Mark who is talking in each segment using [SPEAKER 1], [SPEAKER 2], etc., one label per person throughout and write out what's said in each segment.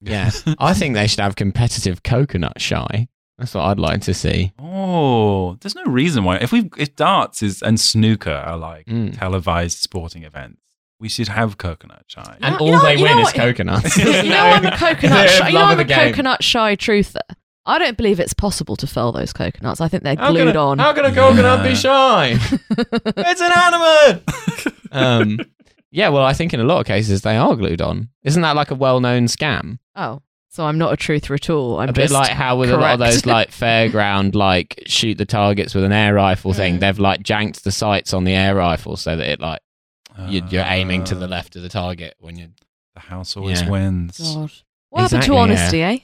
[SPEAKER 1] Yeah. I think they should have competitive coconut shy. That's what I'd like to see.
[SPEAKER 2] Oh, there's no reason why. If we if darts is and snooker are like
[SPEAKER 1] Mm.
[SPEAKER 2] televised sporting events, we should have coconut shy.
[SPEAKER 1] And
[SPEAKER 3] You
[SPEAKER 1] all
[SPEAKER 3] know what-
[SPEAKER 1] they
[SPEAKER 3] you
[SPEAKER 1] win
[SPEAKER 3] know
[SPEAKER 1] is
[SPEAKER 3] what-
[SPEAKER 1] coconuts.
[SPEAKER 3] you know I'm a coconut.
[SPEAKER 1] They're
[SPEAKER 3] Shy,
[SPEAKER 1] in
[SPEAKER 3] you know
[SPEAKER 1] love
[SPEAKER 3] I'm a
[SPEAKER 1] with the game.
[SPEAKER 3] coconut shy truther. I don't believe it's possible to fell those coconuts. I think they're
[SPEAKER 1] How
[SPEAKER 3] glued
[SPEAKER 1] can a-
[SPEAKER 3] on.
[SPEAKER 1] How can a coconut
[SPEAKER 2] Yeah.
[SPEAKER 1] be shy? it's inanimate. um, yeah, well, I think in a lot of cases they are glued on. Isn't that like a well-known scam?
[SPEAKER 3] oh, so I'm not a truther at all. I'm
[SPEAKER 1] a
[SPEAKER 3] just
[SPEAKER 1] bit like how with a lot of
[SPEAKER 3] correct.
[SPEAKER 1] those like fairground like shoot the targets with an air rifle thing, they've like janked the sights on the air rifle so that it like you, you're aiming to the
[SPEAKER 2] Uh,
[SPEAKER 1] left of the target when you.
[SPEAKER 2] The house always
[SPEAKER 1] Yeah.
[SPEAKER 2] wins.
[SPEAKER 3] God. What
[SPEAKER 1] Exactly, yeah.
[SPEAKER 3] happened to honesty, eh?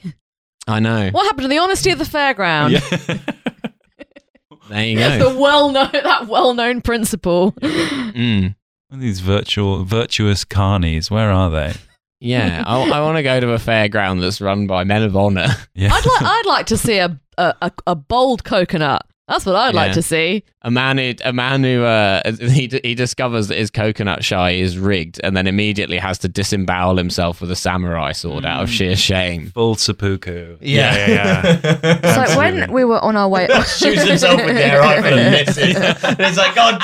[SPEAKER 1] I know.
[SPEAKER 3] What happened to the honesty of the fairground?
[SPEAKER 2] Yeah.
[SPEAKER 1] There you
[SPEAKER 3] the
[SPEAKER 1] go.
[SPEAKER 3] well known that well known principle.
[SPEAKER 1] Mm.
[SPEAKER 2] These virtual virtuous carnies, where are they?
[SPEAKER 1] Yeah, I, I want to go to a fairground that's run by men of honor.
[SPEAKER 2] Yeah.
[SPEAKER 3] I'd like I'd like to see a a, a, a bold coconut. That's what I'd
[SPEAKER 1] Yeah.
[SPEAKER 3] like to see.
[SPEAKER 1] A man, who, a man who uh, he he discovers that his coconut shy is rigged, and then immediately has to disembowel himself with a samurai sword out of
[SPEAKER 2] Mm.
[SPEAKER 1] sheer shame.
[SPEAKER 2] Full seppuku.
[SPEAKER 1] yeah.
[SPEAKER 3] So when
[SPEAKER 2] Absolutely.
[SPEAKER 3] we were on our way,
[SPEAKER 1] Shoots himself with the air rifle and misses. it's like, God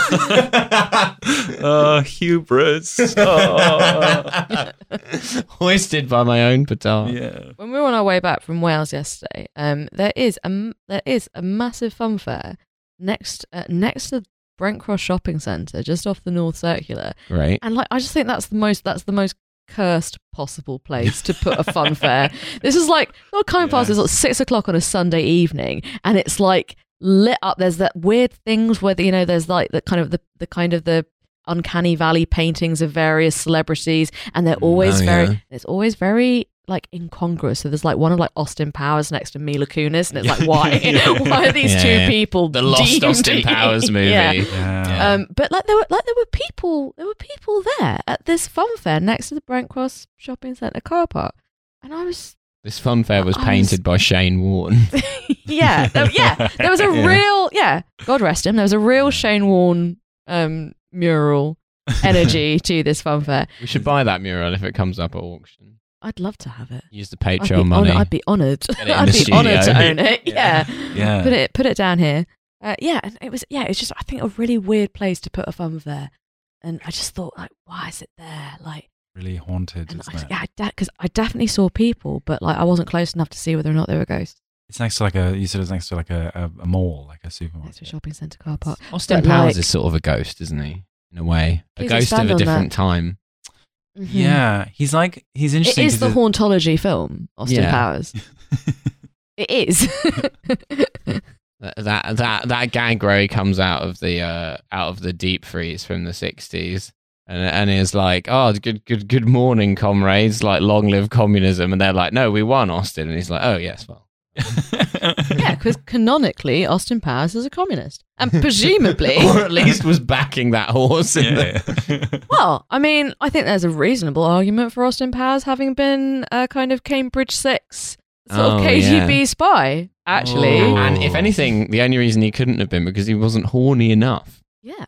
[SPEAKER 2] Ah!
[SPEAKER 1] damn!
[SPEAKER 2] Oh, hubris. Oh.
[SPEAKER 1] Hoisted by my own petard.
[SPEAKER 2] yeah.
[SPEAKER 3] when we were on our way back from Wales yesterday, um, there is a m- there is a massive fun fair next uh, next to Brent Cross Shopping Centre, just off the North Circular,
[SPEAKER 1] Right.
[SPEAKER 3] and like I just think that's the most that's the most cursed possible place to put a fun fair. This is like our time
[SPEAKER 2] Yeah.
[SPEAKER 3] passes like six o'clock on a Sunday evening, and it's like lit up. There's that weird things where you know there's like the kind of the the kind of the uncanny valley paintings of various celebrities, and they're always
[SPEAKER 1] Oh,
[SPEAKER 3] very
[SPEAKER 1] yeah.
[SPEAKER 3] it's always very like incongruous. So there's like one of like Austin Powers next to Mila Kunis, and it's like why why are these
[SPEAKER 1] Yeah,
[SPEAKER 3] two
[SPEAKER 1] yeah.
[SPEAKER 3] people
[SPEAKER 1] The Lost
[SPEAKER 3] deemed-
[SPEAKER 1] Austin Powers movie.
[SPEAKER 3] Yeah.
[SPEAKER 2] Yeah.
[SPEAKER 3] Um, but like there were like there were people there were people there at this fun fair next to the Brent Cross Shopping Centre car park, and I was
[SPEAKER 1] This fun fair was
[SPEAKER 3] I was-
[SPEAKER 1] painted by Shane Warne.
[SPEAKER 3] yeah there, yeah there was a
[SPEAKER 1] Yeah.
[SPEAKER 3] real yeah God rest him there was a real Shane Warne um mural energy to this fun fair.
[SPEAKER 1] We should buy that mural if it comes up at auction.
[SPEAKER 3] I'd love to have it.
[SPEAKER 1] Use the
[SPEAKER 3] I'd be,
[SPEAKER 1] Patreon
[SPEAKER 3] hon-
[SPEAKER 1] money.
[SPEAKER 3] I'd be honoured.
[SPEAKER 1] it in
[SPEAKER 3] I'd
[SPEAKER 1] the
[SPEAKER 3] be honoured to
[SPEAKER 1] studio.
[SPEAKER 3] own it. Yeah.
[SPEAKER 2] Yeah.
[SPEAKER 3] Put it put it down here. Uh, yeah, and it was yeah, it's just I think a really weird place to put a fun fair, and I just thought like why is it there like.
[SPEAKER 2] really haunted,
[SPEAKER 3] And
[SPEAKER 2] isn't
[SPEAKER 3] I,
[SPEAKER 2] it?
[SPEAKER 3] yeah, because I definitely saw people, but like I wasn't close enough to see whether or not they were ghosts.
[SPEAKER 2] It's next to like a, you said it's next to like a, a, a mall, like a
[SPEAKER 3] Next to a
[SPEAKER 2] supermarket.
[SPEAKER 3] shopping centre car park.
[SPEAKER 1] Austin
[SPEAKER 3] But,
[SPEAKER 1] Powers
[SPEAKER 3] like-
[SPEAKER 1] is sort of a ghost, isn't he? In a way, a
[SPEAKER 3] Please
[SPEAKER 1] ghost of
[SPEAKER 3] expand
[SPEAKER 1] a
[SPEAKER 3] on
[SPEAKER 1] different time.
[SPEAKER 3] Mhm.
[SPEAKER 2] Yeah. He's like, he's
[SPEAKER 3] it
[SPEAKER 2] interesting.
[SPEAKER 3] is
[SPEAKER 2] 'cause
[SPEAKER 3] the
[SPEAKER 2] it-
[SPEAKER 3] hauntology film, Austin
[SPEAKER 1] Yeah.
[SPEAKER 3] Powers. It is.
[SPEAKER 1] That- That that that gag where he comes out of the uh, out of the deep freeze from the sixties and and is like, oh, good good good morning, comrades. Like, long live communism. And they're like, no, we won, Austin. And he's like, oh yes, well,
[SPEAKER 3] yeah, because canonically, Austin Powers is a communist, and presumably,
[SPEAKER 1] or at least was backing that horse. In the-
[SPEAKER 2] Yeah.
[SPEAKER 3] well, I mean, I think there's a reasonable argument for Austin Powers having been a kind of Cambridge Six sort
[SPEAKER 1] Oh,
[SPEAKER 3] of KGB spy, actually.
[SPEAKER 2] Oh.
[SPEAKER 1] And if anything, the only reason he couldn't have been because he wasn't horny enough.
[SPEAKER 3] Yeah.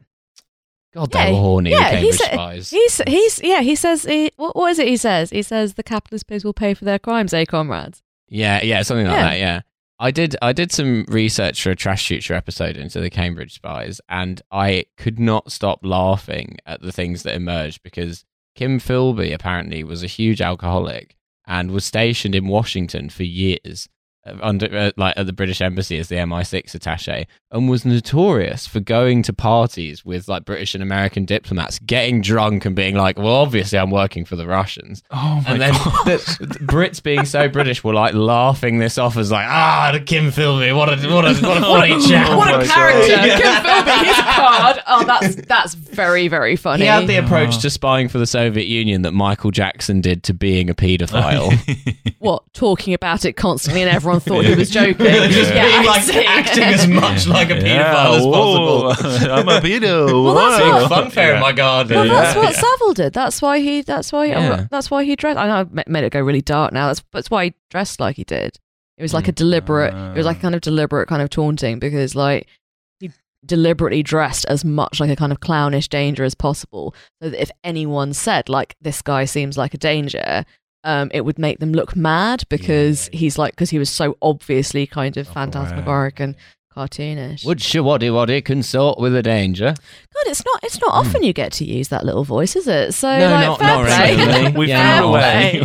[SPEAKER 1] God,
[SPEAKER 3] Yeah,
[SPEAKER 1] they were horny. the
[SPEAKER 3] yeah, he
[SPEAKER 1] Cambridge
[SPEAKER 3] said-
[SPEAKER 1] spies.
[SPEAKER 3] He's he's yeah. He says he what, what is it? He says he says the capitalist pigs will pay for their crimes, eh, comrades?
[SPEAKER 1] Yeah, yeah, something like
[SPEAKER 3] Yeah.
[SPEAKER 1] that. Yeah, I did. I did some research for a Trash Future episode into the Cambridge Spies, and I could not stop laughing at the things that emerged because Kim Philby apparently was a huge alcoholic and was stationed in Washington for years. uh, Under uh, like at the British Embassy as the MI6 attaché, and was notorious for going to parties with like British and American diplomats, getting drunk and being like, "Well, obviously I'm working for the Russians,"
[SPEAKER 2] oh my
[SPEAKER 1] and then
[SPEAKER 2] God.
[SPEAKER 1] the, the Brits, being so British, were like laughing this off as like, ah, the Kim Philby, what a what a what a
[SPEAKER 3] Oh,
[SPEAKER 1] funny chap.
[SPEAKER 3] what a
[SPEAKER 2] my
[SPEAKER 3] character!
[SPEAKER 2] God.
[SPEAKER 3] Kim Philby, he's a card. Oh, that's that's very very funny.
[SPEAKER 1] He had the approach to spying for the Soviet Union that Michael Jackson did to being a paedophile.
[SPEAKER 3] what talking about it constantly, and everyone thought he was joking. yeah, I see.
[SPEAKER 1] much like a
[SPEAKER 2] possible. I'm a pedo.
[SPEAKER 3] Well, that's
[SPEAKER 2] Whoa.
[SPEAKER 3] what-
[SPEAKER 1] Fun fair in my garden.
[SPEAKER 3] Oh. Well, that's
[SPEAKER 2] Yeah.
[SPEAKER 3] what Savile did. That's why he. That's why.
[SPEAKER 1] Yeah.
[SPEAKER 3] that's why he dressed. I know I made it go really dark now. That's that's why he dressed like he did. It was like a deliberate. it was like a kind of deliberate kind of taunting because like he deliberately dressed as much like a kind of clownish danger as possible, so that if anyone said like this guy seems like a danger, um, it would make them look mad because he's like because he was so obviously kind of
[SPEAKER 2] Self-aware.
[SPEAKER 3] phantasmagoric and cartoonish.
[SPEAKER 1] Would Shawaddy Waddy consort with a danger?
[SPEAKER 3] God, it's
[SPEAKER 1] Hmm.
[SPEAKER 3] not it's not often you get to use that little voice, is it? So
[SPEAKER 1] no,
[SPEAKER 3] like,
[SPEAKER 1] not,
[SPEAKER 3] fair
[SPEAKER 1] not
[SPEAKER 3] play.
[SPEAKER 1] really.
[SPEAKER 2] We
[SPEAKER 1] yeah,
[SPEAKER 2] found
[SPEAKER 1] not
[SPEAKER 2] a way.
[SPEAKER 1] often.